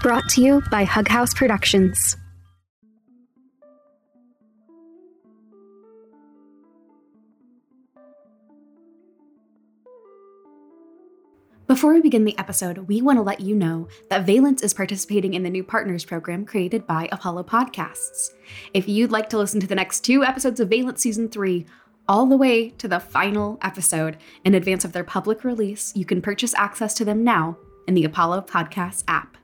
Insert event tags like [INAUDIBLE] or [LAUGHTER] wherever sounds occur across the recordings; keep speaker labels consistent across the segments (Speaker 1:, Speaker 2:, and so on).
Speaker 1: Brought to you by Hug House Productions.
Speaker 2: Before we begin the episode, we want to let you know that Valence is participating in the new partners program created by Apollo Podcasts. If you'd like to listen to the next two episodes of Valence Season 3, all the way to the final episode in advance of their public release, you can purchase access to them now in the Apollo Podcasts app.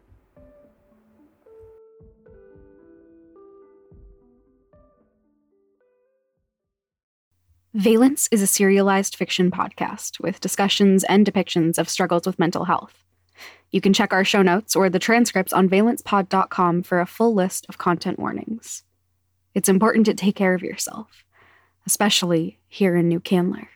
Speaker 1: Valence is a serialized fiction podcast with discussions and depictions of struggles with mental health. You can check our show notes or the transcripts on valencepod.com for a full list of content warnings. It's important to take care of yourself, especially here in New Candler.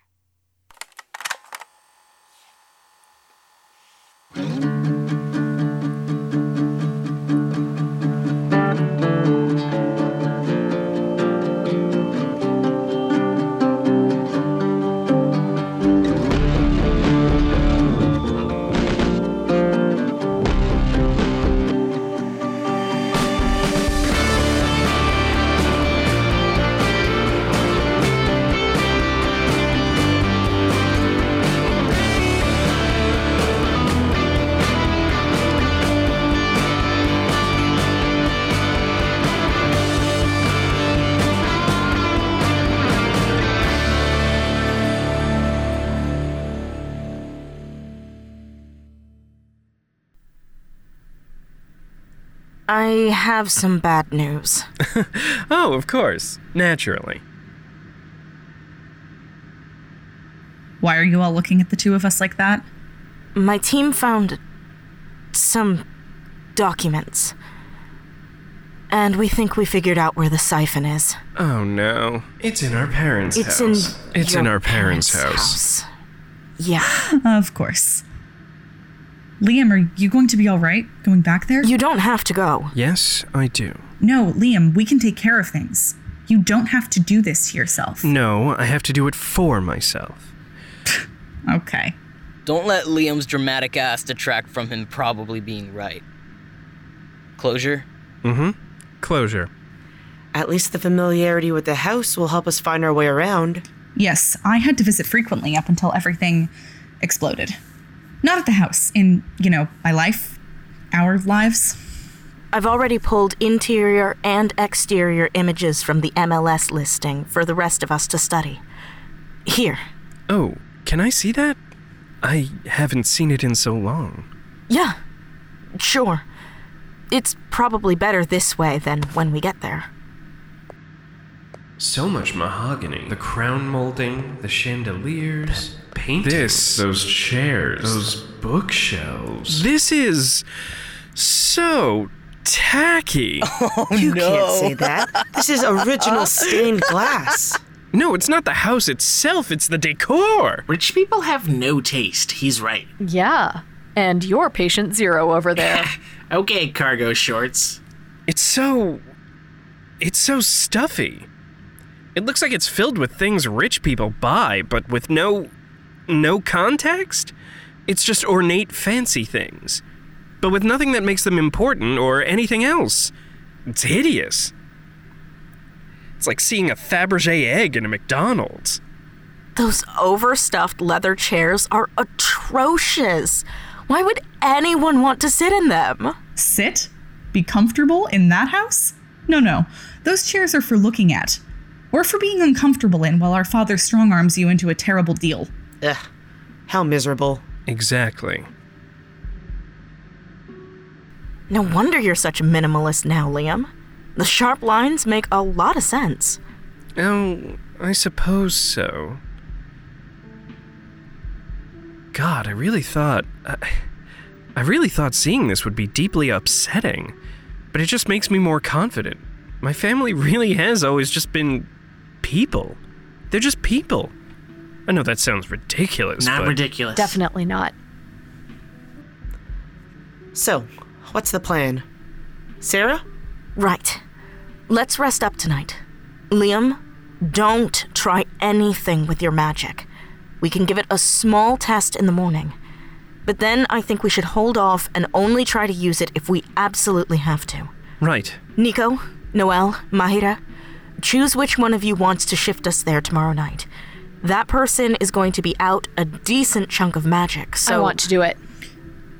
Speaker 3: I have some bad news.
Speaker 4: [LAUGHS] Oh, of course. Naturally.
Speaker 5: Why are you all looking at the two of us like that?
Speaker 3: My team found some documents. And we think we figured out where the siphon is.
Speaker 4: Oh no. It's in our parents'
Speaker 3: It's
Speaker 4: house.
Speaker 3: in
Speaker 4: it's in
Speaker 3: your
Speaker 4: our parents', house.
Speaker 3: house. Yeah.
Speaker 5: Of course. Liam, are you going to be all right going back there?
Speaker 3: You don't have to go.
Speaker 4: Yes, I do.
Speaker 5: no, Liam, we can take care of things. You don't have to do this to yourself.
Speaker 4: No, I have to do it
Speaker 3: [LAUGHS]
Speaker 4: for myself.
Speaker 5: Okay.
Speaker 6: Don't let Liam's dramatic ass detract from him probably being right. Closure?
Speaker 4: Mm-hmm. Closure.
Speaker 7: At least the familiarity with the house will help us find our way around.
Speaker 5: Yes, I had to visit frequently up until everything exploded. Not at the house, in, you know, my life, our lives.
Speaker 3: I've already pulled interior and exterior images from the MLS listing for the rest of us to study. Here.
Speaker 4: Oh, can I see that? I haven't seen it in so long.
Speaker 3: Yeah. Sure. It's probably better this way than when we get there.
Speaker 4: So much mahogany. The crown molding, the chandeliers, paintings. This, those chairs, those bookshelves. This is so
Speaker 8: [LAUGHS]
Speaker 4: tacky.
Speaker 8: Oh,
Speaker 7: you can't say that. This is original stained glass.
Speaker 4: no, it's not the house itself, it's the decor.
Speaker 8: Rich people have no taste. He's right.
Speaker 9: Yeah. And you're patient zero over there.
Speaker 8: Okay, cargo shorts.
Speaker 4: It's so. It's so stuffy. It looks like it's filled with things rich people buy, but with no. no context? It's just ornate fancy things, but with nothing that makes them important or anything else. It's hideous. It's like seeing a Fabergé egg in a McDonald's.
Speaker 3: Those overstuffed leather chairs are atrocious. Why would anyone want to sit in them?
Speaker 5: Sit? Be comfortable in that house? No, no. Those chairs are for looking at, or for being uncomfortable in while our father strong arms you into a terrible deal.
Speaker 7: Ugh, how miserable.
Speaker 4: Exactly.
Speaker 3: No wonder you're such a minimalist now, Liam. The sharp lines make a lot of sense.
Speaker 4: Oh, I suppose so. God, I really thought. I, I really thought seeing this would be deeply upsetting, but it just makes me more confident. My family [LAUGHS] really has always just been people. They're just people. I know that sounds ridiculous,
Speaker 8: Not
Speaker 4: but
Speaker 8: ridiculous.
Speaker 9: Definitely not.
Speaker 7: So, what's the plan? Sarah?
Speaker 3: Right. Let's rest up tonight. Liam, don't try anything with your magic. We can give it a small test in the morning. But then I think we should hold off and only try to use it if we absolutely have to.
Speaker 4: Right.
Speaker 3: Nico, Noel, Mahira, choose which one of you wants to shift us there tomorrow night. That person is going to be out a decent chunk of magic, so
Speaker 9: I want to do it.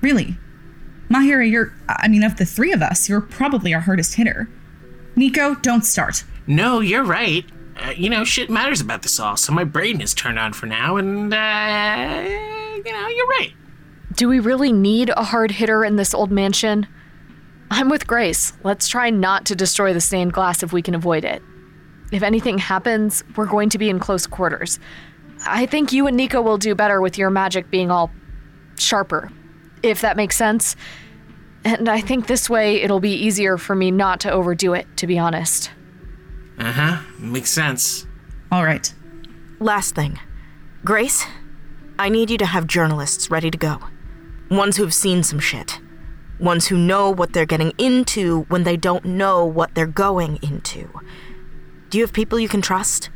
Speaker 5: Really? Mahira, you're, I mean, of the three of us, you're probably our hardest hitter. Nico, don't start.
Speaker 8: No, you're right. Uh, you know, shit matters about this all, so my brain is turned on for now, and, uh, you know, you're right.
Speaker 9: Do we really need a hard hitter in this old mansion? I'm with Grace. Let's try not to destroy the stained glass if we can avoid it. If anything happens, we're going to be in close quarters. I think you and Nico will do better with your magic being all sharper, if that makes sense. And I think this way it'll be easier for me not to overdo it, to be honest.
Speaker 8: Uh huh. Makes sense.
Speaker 5: All right.
Speaker 3: Last thing. Grace, I need you to have journalists ready to go. Ones who've seen some shit. Ones who know what they're getting into when they don't know what they're going into. Do you have people you can trust?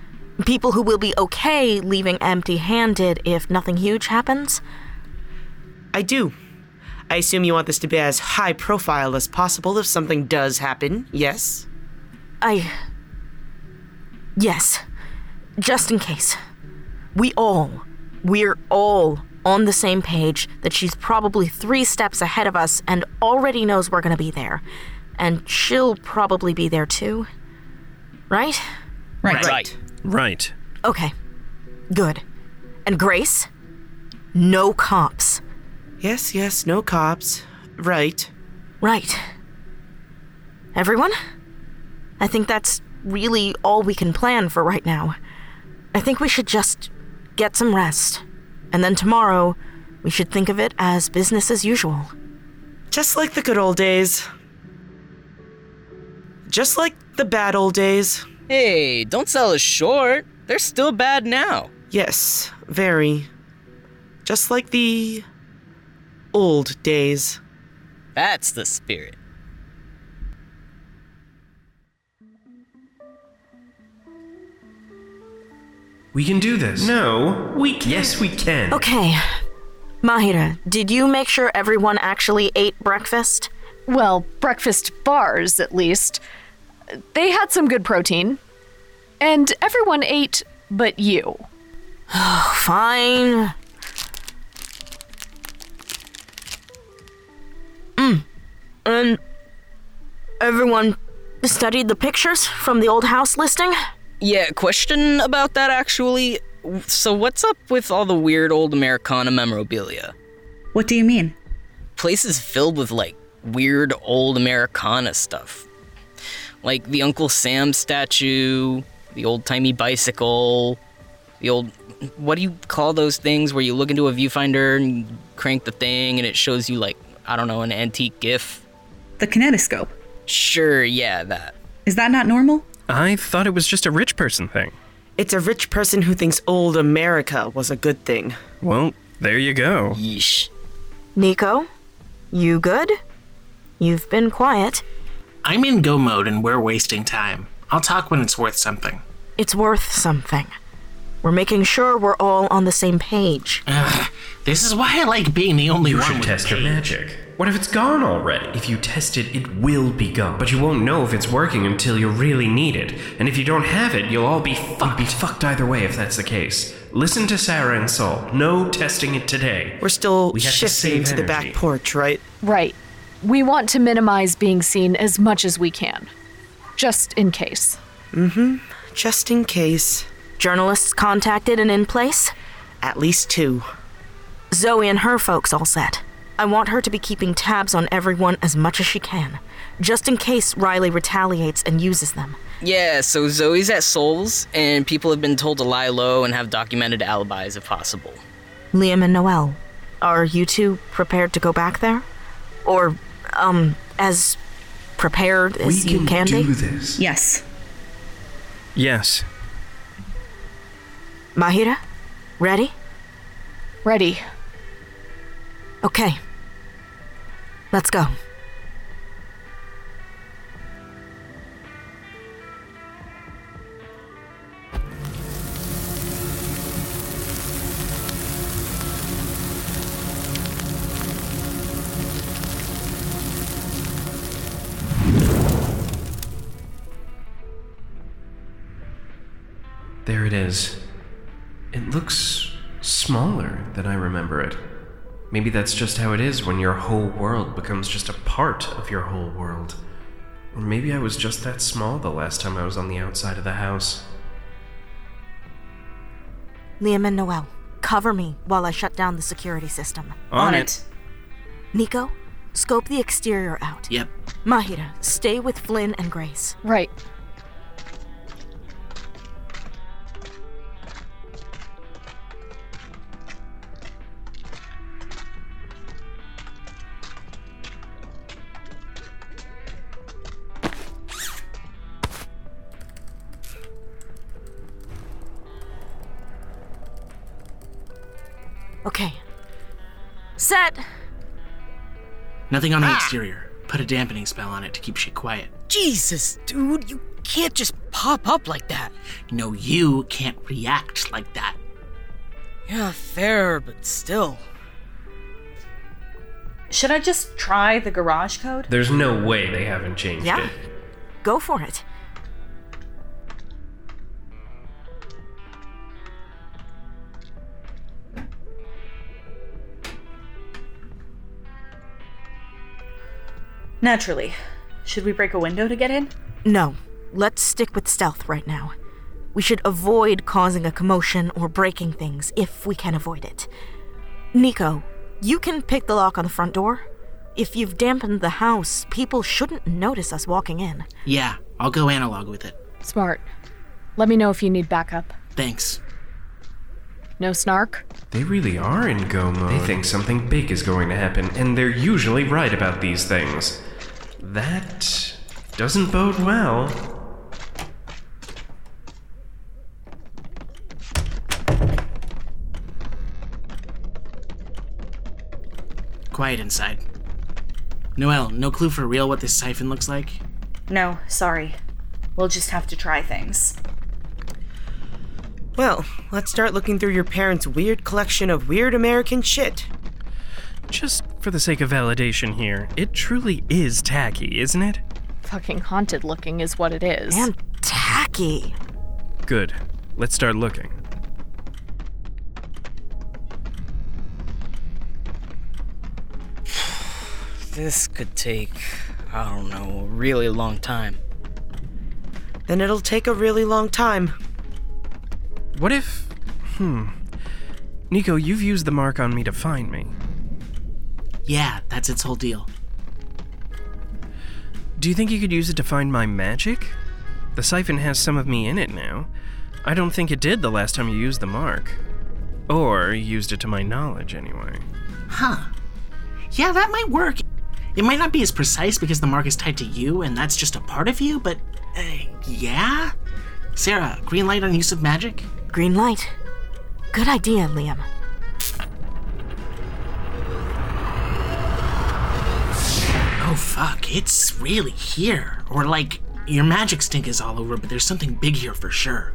Speaker 3: People who will be okay leaving empty handed if nothing huge happens?
Speaker 7: I do. I assume you want this to be as high profile as possible if something does happen, yes?
Speaker 3: I. Yes. Just in case. We all, we're all on the same page that she's probably three steps ahead of us and already knows we're gonna be there. And she'll probably be there too. Right?
Speaker 5: Right.
Speaker 6: Right.
Speaker 4: Right.
Speaker 3: Okay. Good. And Grace? No cops.
Speaker 7: Yes, yes, no cops. Right.
Speaker 3: Right. Everyone? I think that's really all we can plan for right now. I think we should just get some rest. And then tomorrow, we should think of it as business as usual.
Speaker 7: Just like the good old days. Just like the bad old days.
Speaker 6: Hey, don't sell us short. They're still bad now.
Speaker 7: Yes, very. Just like the old days.
Speaker 6: That's the spirit.
Speaker 4: We can do this. No, we can. Yes, we can.
Speaker 5: Oh,
Speaker 3: Okay. Mahira, did you make sure everyone actually ate breakfast?
Speaker 9: Well, breakfast bars, at least. They had some good protein. And everyone ate but you.
Speaker 3: Oh, Fine. Mm. Mm. And everyone studied the pictures from the old house listing?
Speaker 6: Yeah, question about that actually. So, what's up with all the weird old Americana memorabilia?
Speaker 5: What do you mean?
Speaker 6: Places filled with like weird old Americana stuff. Like the Uncle Sam statue, the old timey bicycle, the old. What do you call those things where you look into a viewfinder and you crank the thing and it shows you, like, I don't know, an antique GIF?
Speaker 5: The kinetoscope.
Speaker 6: Sure, yeah, that.
Speaker 5: Is that not normal?
Speaker 4: I thought it was just a rich person thing.
Speaker 7: It's a rich person who thinks old America was a good thing.
Speaker 4: Well, there you go.
Speaker 6: Yeesh.
Speaker 3: Nico, you good? You've been quiet.
Speaker 8: I'm in go mode and we're wasting time. I'll talk when it's worth something.
Speaker 3: It's worth something. We're making sure we're all on the same page.
Speaker 8: Ugh, this is why I like being the only
Speaker 10: You
Speaker 8: one.
Speaker 10: should
Speaker 8: with
Speaker 10: test your
Speaker 8: pain.
Speaker 10: magic. What if it's gone already? If you test it, it will be gone. But you won't know if it's working until you really need it. And if you don't have it, you'll all be fucked. Be fucked either way if that's the case. Listen to Sarah and Saul. No testing it today.
Speaker 7: We're still
Speaker 10: We have to
Speaker 7: shifting
Speaker 10: save
Speaker 7: to, the back
Speaker 10: energy.
Speaker 7: porch, right?
Speaker 9: Right. We want to minimize being seen as much as we can, just in case.
Speaker 7: Mm-hmm. Just in case.
Speaker 3: Journalists contacted and in place?
Speaker 7: At least two.
Speaker 3: Zoe and her folks all set. I want her to be keeping tabs on everyone as much as she can, just in case Riley retaliates and uses them.
Speaker 6: Yeah, so Zoe's at Souls, and people have been told to lie low and have documented alibis if possible.
Speaker 3: Liam and Noel, are you two prepared to go back there? Or, um, as prepared as you can be?
Speaker 10: this.
Speaker 5: Yes.
Speaker 4: Yes.
Speaker 3: Mahira, ready?
Speaker 9: Ready.
Speaker 3: Okay. Let's go.
Speaker 10: There it is. It looks smaller than I remember it. Maybe that's just how it is when your whole world becomes just a part of your whole world. Or maybe I was just that small the last time I was on the outside of the house.
Speaker 3: Liam and Noel, cover me while I shut down the security system.
Speaker 4: On it.
Speaker 3: Nico, scope the exterior out.
Speaker 8: Yep.
Speaker 3: Mahira, stay with Flynn and Grace.
Speaker 9: Right.
Speaker 3: Okay. Set!
Speaker 8: Nothing on the
Speaker 3: Ah!
Speaker 8: exterior. Put a dampening spell on it to keep shit quiet.
Speaker 6: Jesus, dude, you can't just pop up like that.
Speaker 8: No, you can't react like that.
Speaker 6: Yeah, fair, but still.
Speaker 5: Should I just try the garage code?
Speaker 10: There's no way they haven't changed
Speaker 3: Yeah.
Speaker 10: it.
Speaker 3: Go for it.
Speaker 5: Naturally. Should we break a window to get in?
Speaker 3: No, let's stick with stealth right now. We should avoid causing a commotion or breaking things if we can avoid it. Nico, you can pick the lock on the front door. If you've dampened the house, people shouldn't notice us walking in.
Speaker 8: Yeah, I'll go analog with it.
Speaker 9: Smart. Let me know if you need backup.
Speaker 8: Thanks.
Speaker 9: No snark?
Speaker 10: They really are in go mode. They think something big is going to happen, and they're usually right about these things. That doesn't bode well.
Speaker 8: Quiet inside. Noel, no clue for real what this siphon looks like?
Speaker 5: No, sorry. We'll just have to try things.
Speaker 7: Well, let's start looking through your parents' weird collection of weird American shit.
Speaker 4: Just for the sake of validation here, it truly is tacky, isn't it?
Speaker 9: Fucking haunted looking is what it is.
Speaker 3: And tacky.
Speaker 4: Good. Let's start looking.
Speaker 6: This could take, I don't know, a really long time.
Speaker 7: Then it'll take a really long time.
Speaker 4: What if. Hmm. Nico, you've used the mark on me to find me.
Speaker 8: Yeah, that's its whole deal.
Speaker 4: Do you think you could use it to find my magic? The siphon has some of me in it now. I don't think it did the last time you used the mark. Or used it to my knowledge, anyway.
Speaker 8: Huh. Yeah, that might work. It might not be as precise because the mark is tied to you and that's just a part of you, but uh, yeah? Sarah, green light on use of magic?
Speaker 3: Green light. Good idea, Liam.
Speaker 8: Oh fuck, it's really here. Or like, your magic stink is all over, but there's something big here for sure.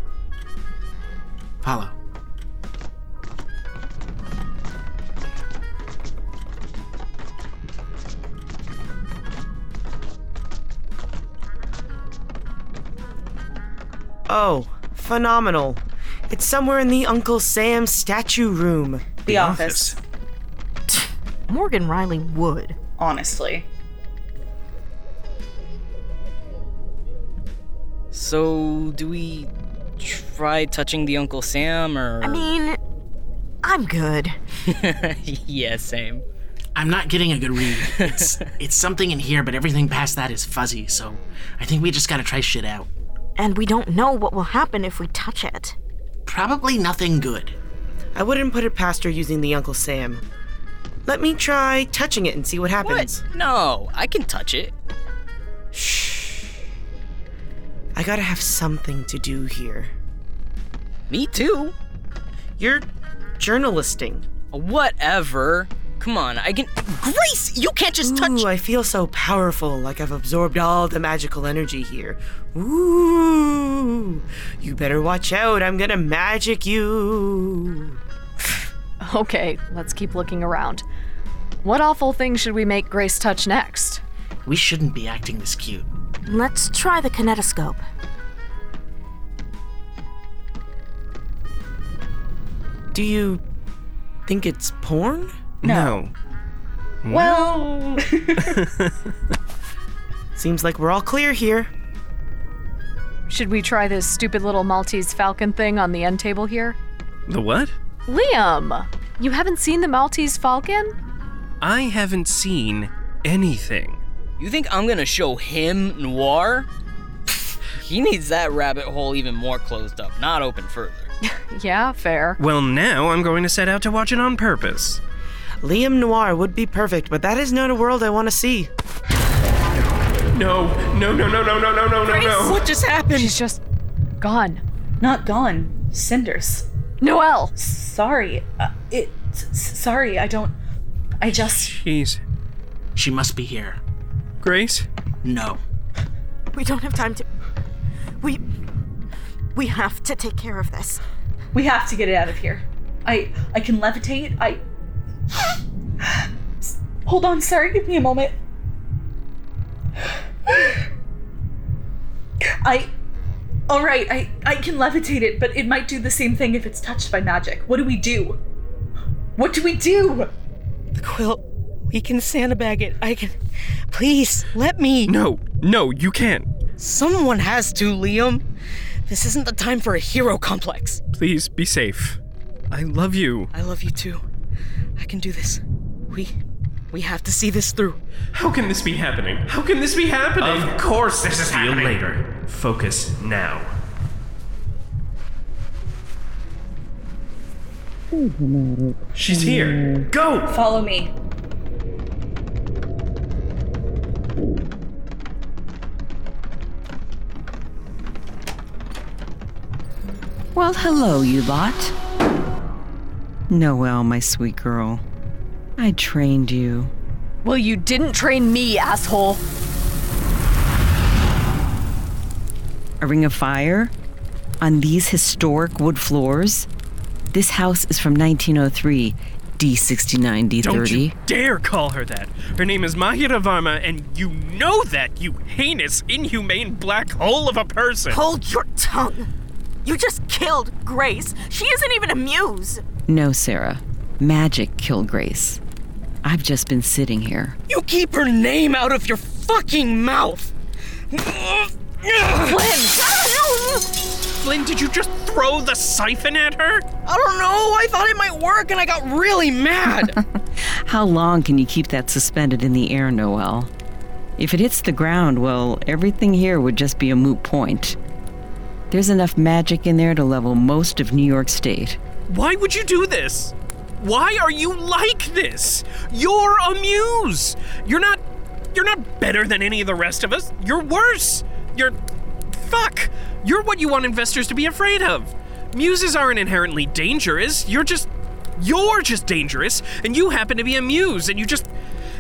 Speaker 8: Follow.
Speaker 7: Oh, phenomenal. It's somewhere in the Uncle Sam statue room.
Speaker 5: The, office.
Speaker 6: [LAUGHS]
Speaker 3: Morgan Riley would.
Speaker 5: Honestly.
Speaker 6: So, do we try touching the Uncle Sam or.
Speaker 3: I mean, I'm good.
Speaker 6: yeah, same.
Speaker 8: I'm not getting a good read.
Speaker 6: [LAUGHS]
Speaker 8: It's it's something in here, but everything past that is fuzzy, so I think we just gotta try shit out.
Speaker 3: And we don't know what will happen if we touch it.
Speaker 8: Probably nothing good.
Speaker 7: I wouldn't put it past her using the Uncle Sam. Let me try touching it and see what happens.
Speaker 6: No, I can touch it.
Speaker 7: I gotta have something to do here.
Speaker 6: Me too.
Speaker 7: You're journalisting.
Speaker 6: Whatever. Come on, I can. Grace, you can't just touch.
Speaker 7: Ooh, I feel so powerful, like I've absorbed all the magical energy here. Ooh, you better watch out, I'm gonna magic you.
Speaker 9: Okay, let's keep looking around. What awful thing should we make Grace touch next?
Speaker 8: We shouldn't be acting this cute.
Speaker 3: Let's try the kinetoscope.
Speaker 7: Do you think it's porn?
Speaker 4: No.
Speaker 7: Well. Seems like we're all clear here.
Speaker 9: Should we try this stupid little Maltese falcon thing on the end table here?
Speaker 4: The what?
Speaker 9: Liam, you haven't seen the Maltese falcon?
Speaker 4: I haven't seen anything.
Speaker 6: You think I'm gonna show him noir? Pfft, he needs that rabbit hole even more closed up, not open further.
Speaker 9: Yeah, fair.
Speaker 4: Well, now I'm going to set out to watch it on purpose.
Speaker 7: Liam Noir would be perfect, but that is not a world I want to see.
Speaker 10: No, no, no, no, no, no, no, no, no, no.
Speaker 7: What just happened?
Speaker 9: She's just gone.
Speaker 11: Not gone. Cinders.
Speaker 9: Noel!
Speaker 11: Sorry. Uh, it. s- s- Sorry, I don't. I just.
Speaker 4: Jeez.
Speaker 8: She must be here.
Speaker 4: Grace?
Speaker 8: No.
Speaker 3: We don't have time to. We. We have to take care of this.
Speaker 11: We have to get it out of here. I. I can levitate. I. S- Hold on, sorry, give me a moment. I. Alright, I, I can levitate it, but it might do the same thing if it's touched by magic. What do we do? What do we do?
Speaker 12: The quilt. We can sandbag it. I can. Please, let me.
Speaker 4: No, no, you can't.
Speaker 12: Someone has to, Liam. This isn't the time for a hero complex.
Speaker 4: Please be safe. I love you.
Speaker 12: I love you too. I can do this. We. We have to see this through.
Speaker 10: How can this be happening?
Speaker 4: How can this be happening?
Speaker 10: Of course, this is happening. See you later. Focus now. She's here. Go.
Speaker 11: Follow me.
Speaker 13: Well, hello, you lot. Noel, my sweet girl. I trained you.
Speaker 9: Well, you didn't train me, asshole.
Speaker 13: A ring of fire? On these historic wood floors? This house is from 1903, D69, D30.
Speaker 4: Don't you dare call her that. Her name is Mahira Varma, and you know that, you heinous, inhumane black hole of a person.
Speaker 3: Hold your tongue. You just killed Grace. She isn't even amused.
Speaker 13: No, Sarah. Magic killed Grace. I've just been sitting here.
Speaker 12: You keep her name out of your fucking mouth!
Speaker 3: Flynn!
Speaker 4: Flynn, did you just throw the siphon at her?
Speaker 12: I don't know. I thought it might work and I got really mad.
Speaker 13: How long can you keep that suspended in the air, Noel? If it hits the ground, well, everything here would just be a moot point. There's enough magic in there to level most of New York State.
Speaker 4: Why would you do this? Why are you like this? You're a muse. You're not you're not better than any of the rest of us. You're worse. You're fuck. You're what you want investors to be afraid of. Muses aren't inherently dangerous. You're just you're just dangerous and you happen to be a muse and you just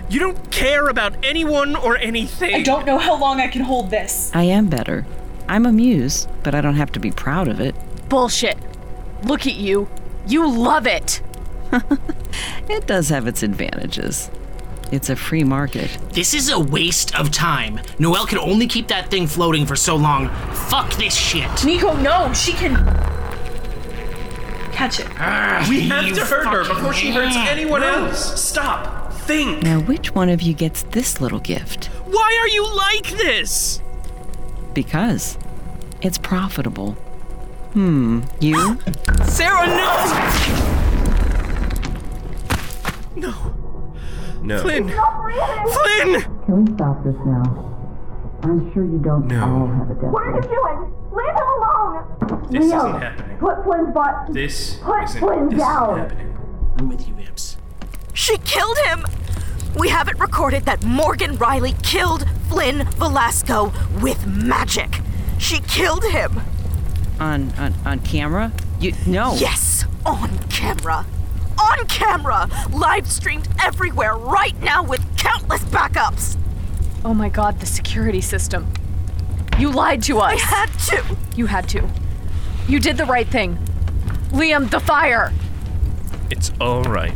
Speaker 4: you don't care about anyone or anything.
Speaker 11: I don't know how long I can hold this.
Speaker 13: I am better. I'm amused, but I don't have to be proud of it.
Speaker 9: Bullshit. Look at you. You love it.
Speaker 13: It does have its advantages. It's a free market.
Speaker 8: This is a waste of time. Noelle can only keep that thing floating for so long. Fuck this shit.
Speaker 11: Nico, no, she can. Catch it.
Speaker 10: Ah,
Speaker 4: we have
Speaker 8: you
Speaker 4: to hurt her
Speaker 8: fucking
Speaker 4: before she hurts
Speaker 8: man.
Speaker 4: anyone else. Stop. Think.
Speaker 13: Now, which one of you gets this little gift?
Speaker 4: Why are you like this?
Speaker 13: Because it's profitable. Hmm, you?
Speaker 12: Sarah, no!
Speaker 10: No.
Speaker 4: Flynn. Flynn.
Speaker 14: Can we stop this now? I'm sure you don't all have a death.
Speaker 15: What are you doing? Leave him alone!
Speaker 10: This isn't happening.
Speaker 15: Put Flynn's butt.
Speaker 10: This
Speaker 15: Put
Speaker 10: isn't,
Speaker 15: Flynn
Speaker 10: this isn't
Speaker 15: down.
Speaker 10: happening.
Speaker 8: I'm with you, Imps.
Speaker 3: She killed him! We have it recorded that Morgan Riley killed Flynn Velasco with magic. She killed him.
Speaker 13: On, on, on camera? You, no.
Speaker 3: Yes, on camera. On camera! Live streamed everywhere right now with countless backups.
Speaker 9: Oh my god, the security system. You lied to us.
Speaker 3: I had to.
Speaker 9: You had to. You did the right thing. Liam, the fire!
Speaker 4: It's all right.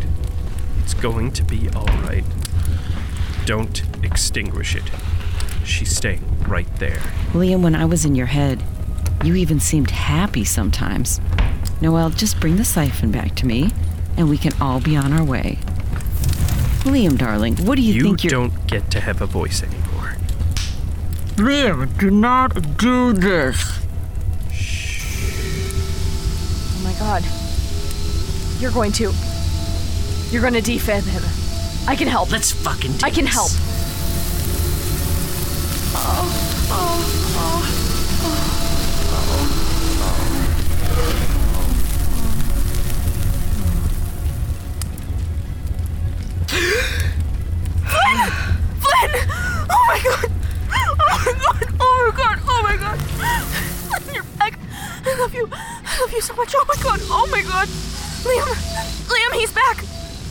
Speaker 4: It's going to be all right. Don't extinguish it. She's staying right there.
Speaker 13: Liam, when I was in your head, you even seemed happy sometimes. Noel, just bring the siphon back to me, and we can all be on our way. Liam, darling, what do you, think you're.
Speaker 4: don't get to have a voice anymore.
Speaker 14: Liam, do not do this.
Speaker 9: Oh my god. You're going to. You're going to defib him. I can help.
Speaker 8: Let's fucking do
Speaker 9: I can
Speaker 8: this.
Speaker 9: help.
Speaker 11: Oh, oh,
Speaker 12: Flynn! Flynn! Oh my god! Oh my god! Oh my god! Oh my god! Flynn, you're back! I love you! I love you so much! Oh my god! Oh my god! Liam! Liam, he's back!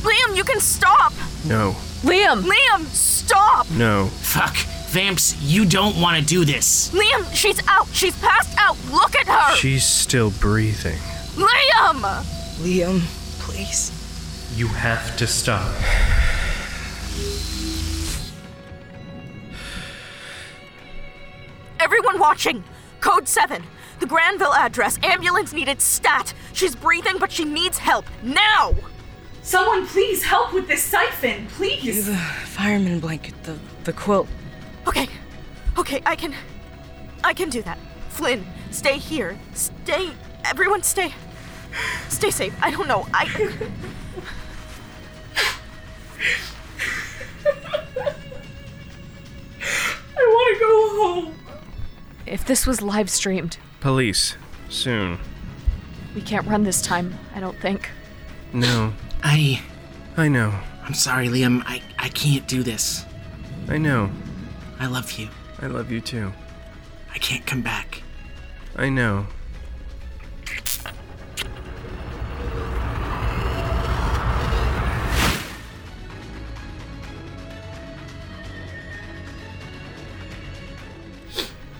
Speaker 12: Liam, you can stop!
Speaker 4: No,
Speaker 9: Liam!
Speaker 12: Liam, stop!
Speaker 4: no.
Speaker 8: Fuck. Vamps, you don't want to do this.
Speaker 12: Liam, she's out! She's passed out! Look at her!
Speaker 4: She's still breathing.
Speaker 12: Liam! Liam, please.
Speaker 10: You have to stop.
Speaker 12: Everyone watching! Code 7. The Granville address. Ambulance needed stat. She's breathing, but she needs help. Now!
Speaker 11: Someone please help with this siphon, please.
Speaker 12: fireman blanket, the, the quilt. Okay. Okay, I can. I can do that. Flynn, stay here. Stay. Everyone, stay. Stay safe. I don't know. I.
Speaker 11: I want to go home.
Speaker 9: If this was live streamed,
Speaker 4: Police. Soon.
Speaker 9: we can't run this time, I don't think.
Speaker 4: No.
Speaker 8: I.
Speaker 4: I know.
Speaker 8: I'm sorry, Liam. I, I can't do this.
Speaker 4: I know.
Speaker 8: I love you.
Speaker 4: I love you too.
Speaker 8: I can't come back.
Speaker 4: I know.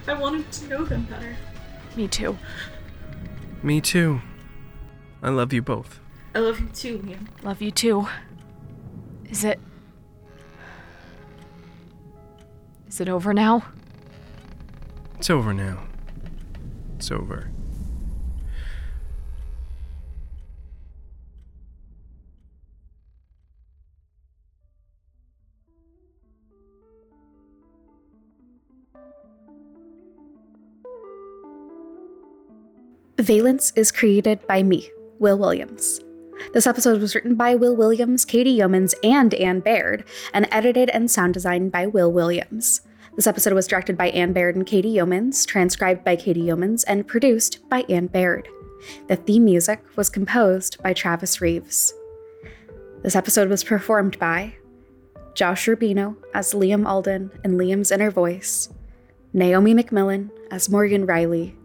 Speaker 11: I wanted to know them better.
Speaker 9: Me too.
Speaker 4: Me too. I love you both.
Speaker 11: I love you too, Liam.
Speaker 9: Love you too. Is it. Is it over now?
Speaker 4: It's over now. It's over.
Speaker 2: Valence is created by me, Will Williams. This episode was written by Will Williams, Katie Yeomans, and Ann Baird, and edited and sound designed by Will Williams. This episode was directed by Ann Baird and Katie Yeomans, transcribed by Katie Yeomans, and produced by Ann Baird. The theme music was composed by Travis Reeves. This episode was performed by Josh Rubino as Liam Alden and Liam's inner voice, Naomi McMillan as Morgan Riley,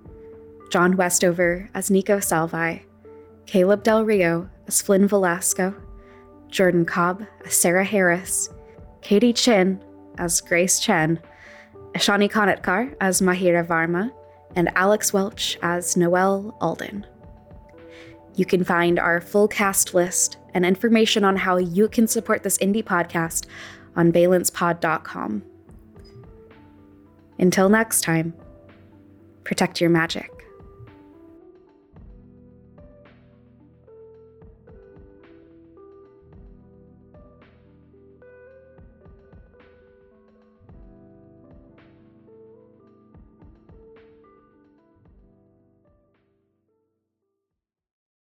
Speaker 2: John Westover as Nico Salvi, Caleb Del Rio as Flynn Velasco, Jordan Cobb as Sarah Harris, Katie Chin as Grace Chen, Ashani Kanatkar as Mahira Varma, and Alex Welch as Noel Alden. You can find our full cast list and information on how you can support this indie podcast on valencepod.com. Until next time, protect your magic.